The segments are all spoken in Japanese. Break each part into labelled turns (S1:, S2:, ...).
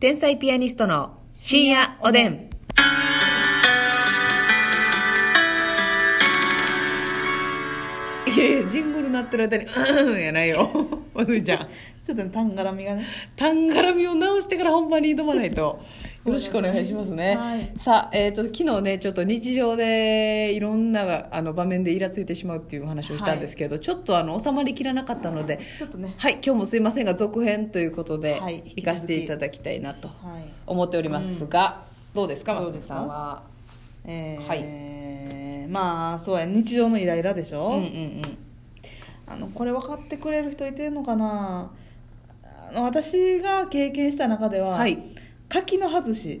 S1: 天才ピアニストの深夜おでん。いやいや、ジングル鳴ってるあたり、うんやないよ。 まつみちゃん。
S2: ちょっとねたんがらみがね
S1: タン絡みを直してから本番に挑まないと。 よろしくお願いしますね。
S2: はい
S1: さあ、えっ、と、昨日ね、ちょっと日常でいろんなあの場面でイラついてしまうっていうお話をしたんですけど、ちょっとあの収まりきらなかったので、
S2: ちょっとね
S1: はい、今日もすいませんが、続編ということで、
S2: はい
S1: 行かせていただきたいなと
S2: はい
S1: 思っておりますが、どうですか、
S2: ど
S1: 松
S2: う
S1: 田
S2: です
S1: さ
S2: か
S1: んは。
S2: えー、
S1: は
S2: まあそうや日常のイライラでし
S1: う
S2: ょ、
S1: んうんうん。
S2: あのこれ分かってくれる人いてるのかなあの私が経験した中では、
S1: はい。
S2: 柿の外し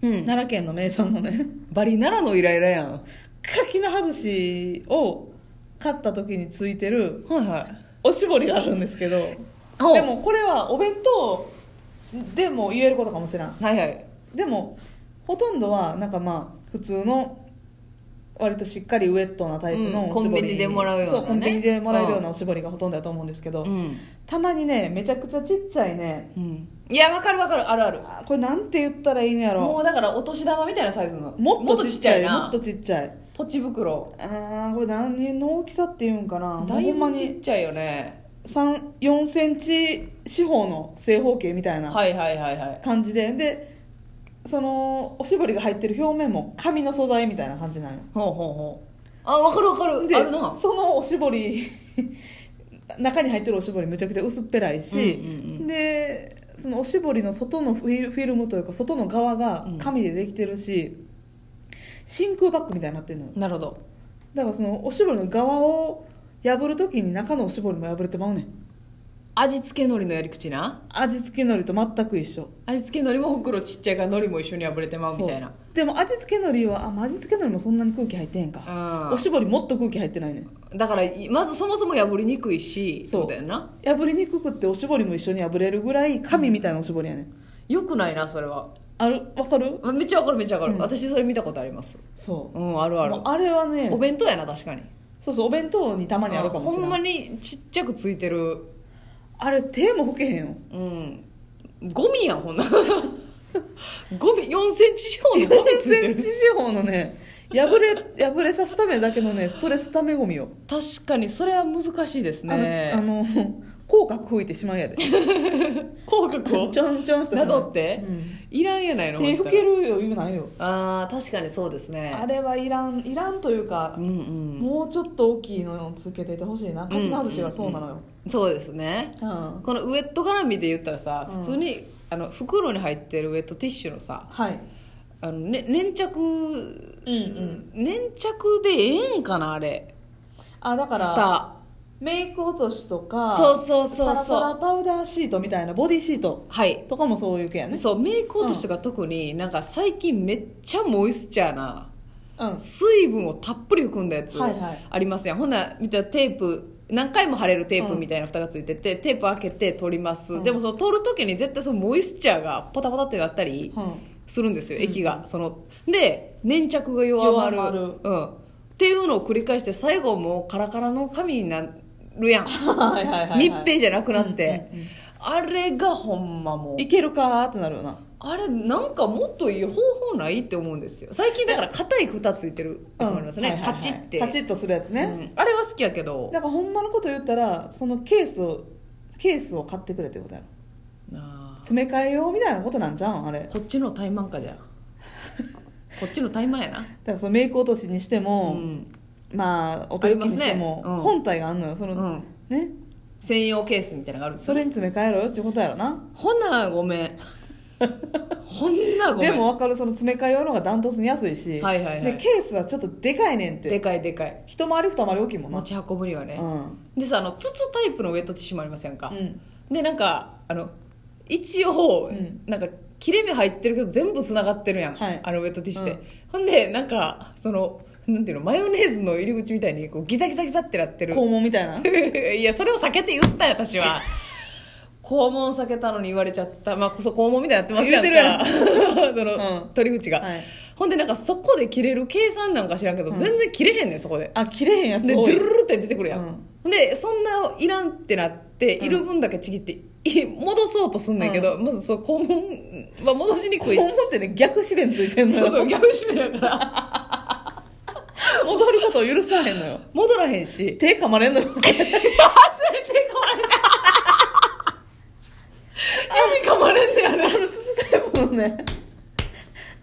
S1: うん。
S2: 奈良県の名産のね
S1: バリ奈良のイライラやん。
S2: 柿の外しを買った時についてる
S1: はいはい。
S2: おしぼりがあるんですけど
S1: お
S2: でもこれはお弁当でも言えることかもしれん
S1: はいはい。
S2: でもほとんどはなんかまあ普通の割としっかりウエットなタイプの
S1: うん
S2: おしぼり、
S1: コンビニでもらうようなね
S2: そうコンビニでもらえるよう
S1: う
S2: なおしぼりがほとんどだと思うんですけど、
S1: うん。
S2: たまにねめちゃくちゃちっちゃいね
S1: うん。いや、わかるわかる、あるある。
S2: あこれなんて言ったらいいんや
S1: も
S2: ろ
S1: うだからお年玉みたいなサイズの
S2: もっとちっちゃいも
S1: な
S2: っとちっちゃい
S1: ポチ袋
S2: あーこれ何の大きさっていうんかな
S1: だ
S2: ほ
S1: い
S2: んま
S1: ぶちっ
S2: に
S1: ちゃいよね
S2: 3 4センチ四方の正方形みたいな
S1: はいはいはいはい
S2: 感じで、でそのおしぼりが入ってる表面も紙の素材みたいな感じなんよ
S1: ほうほうほうあわかるわかる
S2: で
S1: あるな
S2: そのおしぼり 中に入ってるおしぼりむちゃくちゃ薄っぺらいし、
S1: うんうんうん
S2: でそのおしぼりの外のフィルフィルムというか外の側が
S1: うん
S2: 紙でできてるし、真空バッグみたいになってるのよ
S1: なるほど
S2: だからそのおしぼりの側を破るときに中のおしぼりも破れてまうねん
S1: 味付け海苔のやり口な
S2: 味付け海苔と全く一緒
S1: 味付け海苔も袋ちっちゃいから海苔も一緒に破れてまうみたいな
S2: そうでも味付け海苔はあ味付け海苔もそんなに空気入ってへんか、
S1: う
S2: おしぼりもっと空気入ってないねん
S1: んだからいまずそもそも破りにくいし
S2: そう
S1: そうだよな
S2: 破りにくくっておしぼりも一緒に破れるぐらい紙みたいなおしぼりやねん、
S1: よくないなそれは
S2: あるわかる
S1: めっちゃわかるめっちゃわかる、
S2: うん
S1: 私それ見たことあります
S2: そう
S1: うんあるある
S2: もうあれはね
S1: お弁当やな確かに
S2: そうそうお弁当にたまにあるかもしれ
S1: ほんま
S2: ない
S1: にちっちゃくついてる
S2: あれ手も拭けへんよ
S1: うんゴミやんほんな ゴミ4センチ四方のゴミ
S2: 4
S1: ついて
S2: セ
S1: る
S2: ンチ四方のね 破れ破れさすためだけのねストレスためゴミを、
S1: 確かにそれは難しいですね
S2: あのあの口角吹いてしまいやでち
S1: 口角 を
S2: ょんちょんした
S1: なぞって、
S2: うん
S1: いらんやないの
S2: 手
S1: ほんた
S2: 拭
S1: ら
S2: けるよ言うないよ
S1: あー確かにそうですね
S2: あれはいらんいらんというか
S1: うん、うん
S2: もうちょっと大きいのをつけててほしいなかきな外しはそうなのよ、
S1: そうですね
S2: うん
S1: このウエット絡みで言ったらさ
S2: うん
S1: 普通に、あの袋に入ってるウエットティッシュのさ
S2: はい
S1: あの、ね、粘着、
S2: うんうん
S1: 粘着でええんかなあれ
S2: あだから
S1: 蓋
S2: メイク落としとか
S1: そうそうそうそう
S2: サラサラパウダーシートみたいなボディシート
S1: はい
S2: とかもそういう系やね
S1: そうメイク落としとか特になんか最近めっちゃモイスチャーな
S2: うん
S1: 水分をたっぷり含んだやつ
S2: はいはい
S1: ありますやん、ほんなら見たらテープ何回も貼れるテープみたいな蓋がついてて、テープ開けて取ります、
S2: うん
S1: でもその取る時に絶対そのモイスチャーがポタポタってなったり
S2: うん
S1: するんですよ、液がそので粘着が弱まる
S2: 弱まる
S1: うん、っていうのを繰り返して最後もうカラカラの紙になるやん、
S2: はいはいはいはい
S1: 密閉じゃなくなって、あれがほんまもう
S2: いけるかーってなるよな
S1: あれなんかもっといい方法ないって思うんですよ最近だから硬い蓋ついてるやつもありますね、
S2: うんはいはいは
S1: カ
S2: い
S1: チッて
S2: カチッとするやつね
S1: うんあれは好きやけど
S2: だからほんまのこと言ったらそのケースをケースを買ってくれってことやろ
S1: あ
S2: 詰め替えようみたいなことなんじゃうんあれ
S1: ー
S2: だか
S1: こっちの怠慢か じゃあこっちの怠慢やな
S2: らそのメイク落としにして
S1: う
S2: も、
S1: ん、
S2: まあお手拭きにしても
S1: あり、ますねうん
S2: 本体があんのよその、
S1: うん、
S2: ね
S1: 専用ケースみたいなのがあるんです
S2: そ
S1: よ
S2: れに詰め替えろよっていうことやろな
S1: ほなごめんほんなごめん
S2: でも分かるその詰め替え用の方がダントツに安いし、
S1: はいはいはい
S2: でケースはちょっとでかいねんって
S1: でかいでかい
S2: 一回り二回り大きいもんな
S1: 持ち運ぶには
S2: う
S1: ね、
S2: ん
S1: でさあの筒タイプのウェットティッシュもありますやんか、
S2: うん
S1: でなんかあの一応、
S2: うん
S1: なんか切れ目入ってるけど全部つながってるやん、
S2: はい
S1: あのウェットティッシュで、
S2: うん
S1: ほんでなんかそのなんていうのマヨネーズの入り口みたいにこうギザギザギザってなって る
S2: 肛門みたいない
S1: やそれを避けて言ったよ私は肛門避けたのに言われちゃったまあこそ肛門みたいになってますやんかる その、
S2: うん
S1: 取り口が、
S2: はい
S1: ほんでなんかそこで切れる計算なんか知らんけど、全然切れへんねんそこで
S2: あ切れへんやつ
S1: でド
S2: 多
S1: ゥ
S2: い
S1: ルルルって出てくるやん、
S2: うん
S1: ほんでそんないらんってなって
S2: うん
S1: いる分だけちぎって、い戻そうとすんねんけど、まずそう肛門は戻しにくい し
S2: 肛門ってね逆指弁ついてん
S1: そ
S2: のよ
S1: うそう逆指名やから
S2: 戻ることを許さへんのよ
S1: 戻らへんし
S2: 手噛まれんのよ
S1: 忘れてこれない噛まれんねや
S2: あの筒タイプのね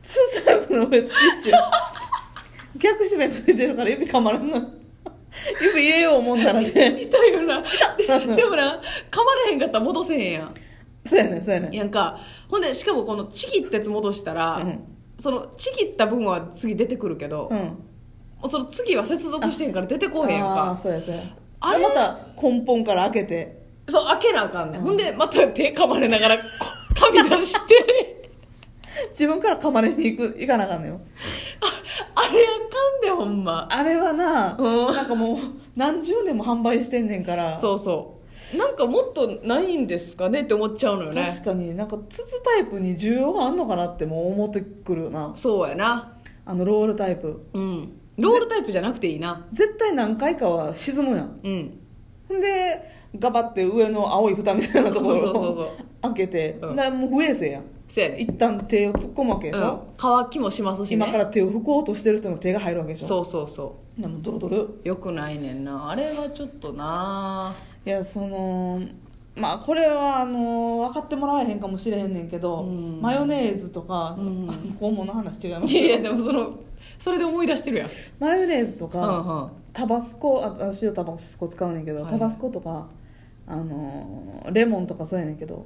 S2: 筒タイプのウェットティッシュ逆指弁ついてるから指噛まれんのよ指入れよう思んならね
S1: 痛いよな
S2: 痛
S1: ででもな噛まれへんかったら戻せへんや
S2: そうやねんそうやね
S1: ん
S2: ん
S1: やんかほんでしかもこのちぎったやつ戻したら、
S2: うん
S1: そのちぎった分は次出てくるけど、
S2: う
S1: も
S2: ん
S1: うその次は接続してへんから出てこうへんやん
S2: ああ
S1: か
S2: そうやそうや
S1: あれ
S2: でまた根本から開けて
S1: そう開けなあかんねん、ほんでまた手噛まれながらこ噛み出して
S2: 自分から噛まれに行く行かなあかんのよ
S1: ああれあかんでほんま
S2: あれはな、
S1: うん
S2: なんかもう何十年も販売してんねんから
S1: そうそうなんかもっとないんですかねって思っちゃうのよね
S2: 確かになんか筒タイプに需要があんのかなってもう思ってくるよな
S1: そうやな
S2: あのロールタイプ
S1: うんロールタイプじゃなくていいな
S2: 絶対何回かは沈むやん
S1: うん
S2: ほんでガバって上の青い蓋みたいなとこ
S1: そ
S2: ろ
S1: うそうそう
S2: を開けて、
S1: うん
S2: なもう不衛生やん
S1: そうやね
S2: 一旦手を突っ込むわけでしょ、
S1: うん、乾きもしますしね
S2: 今から手を拭こうとしてる人の手が入るわけでしょ
S1: そうそうそ
S2: でもドロドロ
S1: うよくないねんなあれはちょっとない
S2: やそのまあこれはあの分かってもらえへんかもしれへんねんけど、
S1: うん
S2: マヨネーズとか、
S1: うん
S2: 肛門の話違います
S1: い
S2: けど
S1: やいやでもそのそれで思い出してるやん
S2: マヨネーズとか、
S1: うんうん
S2: タバスコあ私はタバスコ使うねんけど、
S1: はい
S2: タバスコとかあのーレモンとかそうやねんけど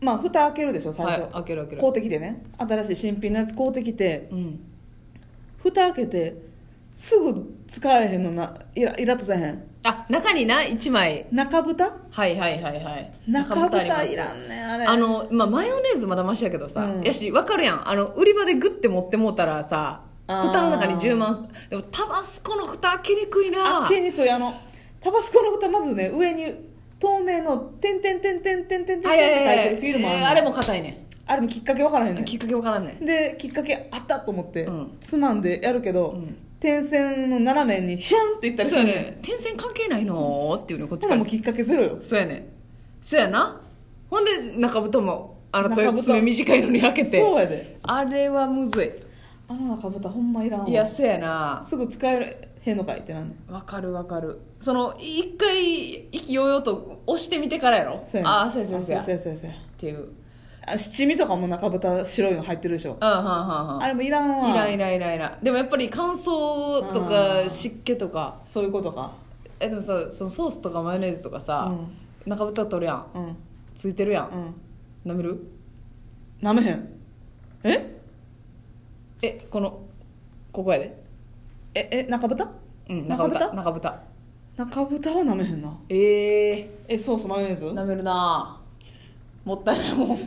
S2: まあ蓋開けるでしょ最初、
S1: はい、開ける開ける
S2: 買うてきてね新しい新品のやつ買うてきて
S1: うん
S2: 蓋開けてすぐ使えへんのなイライラッとせへん
S1: あ中にな1枚
S2: 中蓋
S1: はいはいはいはい
S2: 中
S1: ありま
S2: 蓋
S1: す
S2: いらんねんあれ
S1: あの、まあ、マヨネーズまだマシやけどさ、
S2: うん
S1: やし分かるやんあの売り場でグッて持ってもうたらさ
S2: あー
S1: 蓋の中に10万でもタバスコの蓋開けにくいな
S2: 開けにくいあのタバスコの蓋まずね上に透明の「てんてんてんてんてんてんてん」って書い
S1: はいはいはい
S2: てるフィルムあ
S1: え
S2: る
S1: ーあれも硬いね
S2: あれもきっかけわからへんね
S1: んきっかけ分からんねん
S2: んできっかけあったと思って、
S1: うん
S2: つまんでやるけど、
S1: うん
S2: 点線の斜めにシャンっていったりす
S1: そう
S2: る
S1: や
S2: ねん
S1: ね点線関係ないのっていうのこっち
S2: ほ
S1: からら
S2: もうきっかけゼロよ
S1: そうやねんそうやなほんで中蓋もあの
S2: 中蓋
S1: 爪短いのに開けて
S2: そうやで
S1: あれはむずい
S2: あの中蓋ほんまいらんわ
S1: いやそうやな
S2: すぐ使えへんのかいってなんねん
S1: わかるわかるその一回意気揚々と押してみてからやろ
S2: そうやねん
S1: ああそうやそうやそうや
S2: あそうやそうやそう
S1: っ
S2: や
S1: ていううん
S2: あ七味とかも中蓋白いの入ってるでしょ
S1: はんはんは
S2: あれもいらんわ
S1: んいらんいらんいらんいらんでもやっぱり乾燥と
S2: う
S1: か
S2: ん
S1: 湿気とか
S2: そういうことか
S1: えでもさそのソースとかマヨネーズとかさ、中蓋取るやん
S2: うんうん
S1: ついてるやん、
S2: うん
S1: 舐める
S2: なめへんえ
S1: えこのここやで
S2: ええ中豚
S1: うん中
S2: 中
S1: 蓋
S2: 蓋
S1: 中蓋中
S2: 中豚はなめへんな
S1: ええ
S2: えソースマヨネー
S1: ー、
S2: ズ
S1: 舐めるなもったいないもんだか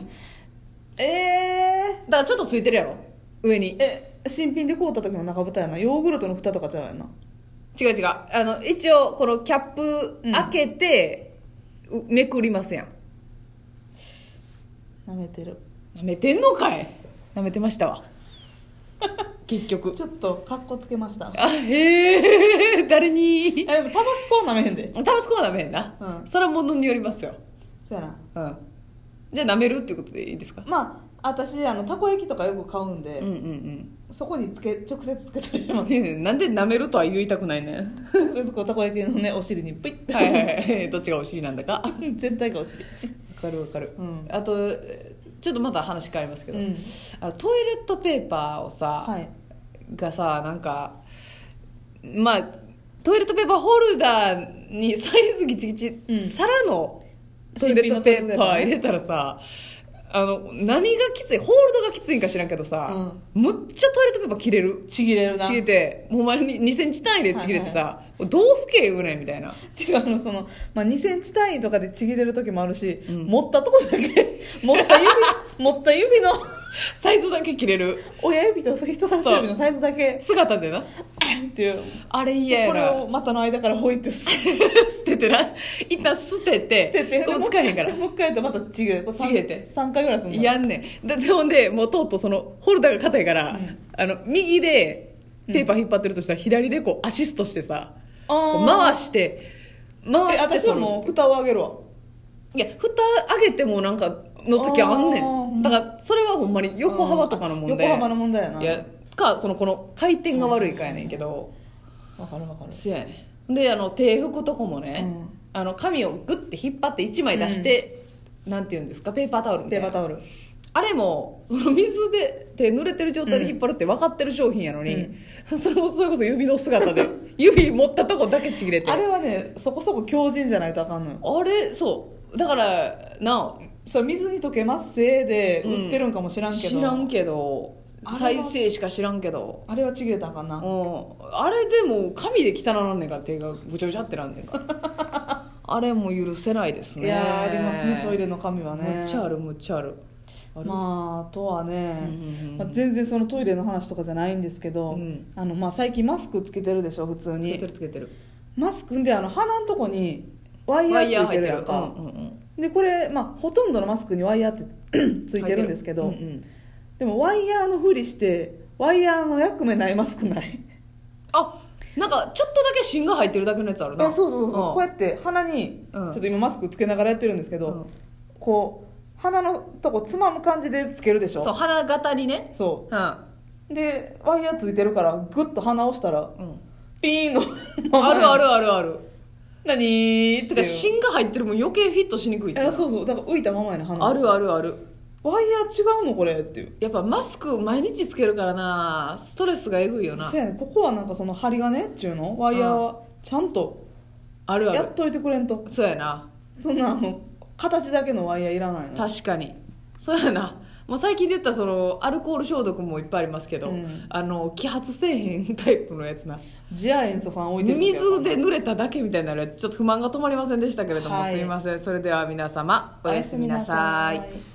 S2: えー、
S1: らちょっとついてるやろ上に
S2: え新品で買うた時の中豚やなヨーグルトの蓋とかちゃうやんな
S1: 違う違うあの一応このキャップ
S2: うん
S1: 開けて、うめくりますやん
S2: なめてる
S1: 舐めてんのかい舐めてましたわ 結局
S2: ちょっとカッコつけました
S1: あへえ誰に
S2: えでもタバスコはなめへんで
S1: タバスコは舐めへんな、
S2: うん
S1: それはものによりますよ
S2: そうやな
S1: うんじゃあ舐めるっていうことでいいですか
S2: まあ私あのたこ焼きとかよく買うんで、
S1: うんうん
S2: そこにつけ直接つけたりし
S1: う
S2: ま
S1: ん
S2: す
S1: ねえ なんで舐めるとは言いたくないねん
S2: 直接こうたこ焼きのねお尻にプイッと、
S1: はいはいはい どっちがお尻なんだかわ
S2: 全体がお尻
S1: かるわかる
S2: うん
S1: あとえーちょっとまた話変わりますけど、
S2: うん
S1: あのトイレットペーパーをさ、
S2: はい
S1: がさなんかまあトイレットペーパーホルダーにサイズギチギチ、
S2: うん
S1: 皿のトイレットペーパー入れたらさあの何がきついホールドがきついんか知らんけどさ、むっちゃトイレットペーパー切れる
S2: ちぎれるな
S1: ちぎれてもう前に2センチ単位でちぎれてさ、どうふけ言うねんみたいな
S2: っていうあのその、まあ、2センチ単位とかでちぎれる時もあるし、
S1: うん
S2: 持ったとこ だけ持った指持った指の
S1: サイズだけ切れる
S2: 親指と人差し指のサイズだけ
S1: 姿でな
S2: っていう
S1: あれ嫌や
S2: これ
S1: な
S2: を股の間からほいってす捨
S1: 捨ててな一旦捨てて
S2: てて
S1: もう使えへんから
S2: もう一回やったらまたちぎれるこれ三
S1: ちぎれて
S2: 3回ぐらいすんの
S1: やんねんだってほんでもうとうとうそのホルダーが硬いから、
S2: うん
S1: あの右でペーパー引っ張ってるとしたら、左でこうアシストしてさ
S2: あ
S1: こう
S2: ー
S1: 回して回
S2: え
S1: して
S2: 私
S1: 取
S2: は
S1: る
S2: もう蓋を上げるわ
S1: いや蓋上げてもなんかの時あんね
S2: あーほん
S1: ん
S2: ま
S1: だからそれはほんまに横幅とかの問題、
S2: 横幅の問題やない
S1: やかそのこの回転が悪いかやねんけど、
S2: わかるわかる
S1: そうやねであの手拭くとこもね、
S2: うん
S1: あの紙をグッて引っ張って1枚出して、なんていうんですかペーパータオルみた
S2: ペ
S1: い
S2: ーパ
S1: な
S2: ータオル
S1: あれもその水で手濡れてる状態で引っ張るって分かってる商品やのに、それもそれこそ指の姿で 指持ったとこだけちぎ れて
S2: あれはねそこそこ強靭じゃないとあかんのよ
S1: あれそうだからな
S2: それ水に溶けますせーで売ってるんかも知ら
S1: あ
S2: んけど、
S1: 知らんけど
S2: あれは
S1: 再生しか知らんけど
S2: あれはちぎれたらあかんな、
S1: うんあれでも紙で汚なんねんから手がぐちゃぐちゃってなんねんから あれも許せないですね
S2: いやーありますねトイレの紙はね
S1: むっちゃあるむっちゃあるある
S2: まああとはね、
S1: うんうんうん
S2: まあ、全然そのトイレの話とかじゃないんですけど、
S1: うん
S2: あのまあ、最近マスクつけてるでしょ普通
S1: つけ
S2: に
S1: てるつけてる
S2: マスクんであの鼻のとこにワイヤーついてるやんか、
S1: うんうんうん
S2: でこれ、まあ、ほとんどのマスクにワイヤーってついてるんですけど、
S1: 入ってるうんうん
S2: でもワイヤーのふりしてワイヤーの役目ないマスクない
S1: あなんかちょっとだけ芯が入ってるだけのやつある
S2: え
S1: な
S2: そうそうそう、こうや
S1: て
S2: って鼻に、
S1: うん
S2: ちょっと今マスクつけながらやってるんですけど、
S1: うん
S2: こう鼻のとこつまむ感じでつけるでしょ
S1: そう鼻型にね
S2: そ
S1: うん、
S2: うでワイヤーついてるからグッと鼻押したら
S1: うん、
S2: ピーンの
S1: あるあるあるある
S2: 何ーっててい
S1: か
S2: う
S1: 芯が入ってるもん余計フィットしにくいっていう
S2: え
S1: な
S2: そうそうだから浮いたままやね鼻
S1: あるあるある
S2: ワイヤー違うのこれっていう
S1: やっぱマスク毎日つけるからなストレスがえぐいよな
S2: せやねここはなんかその針金っちゅうのワイヤーはちゃんと
S1: あるあ
S2: や
S1: る
S2: っといてくれんと
S1: そうやな
S2: そんなあの形だけのワイヤーいらないの
S1: 確かにそうやなもう最近で言ったらそのアルコール消毒もいっぱいありますけど、
S2: うん
S1: あの揮発せえへんタイプのやつな
S2: ジア塩素さん置いてる
S1: 水で濡れただけみたいになるやつちょっと不満が止まりませんでしたけれども、
S2: はい
S1: すいませんそれでは皆様おやすみなさい
S2: い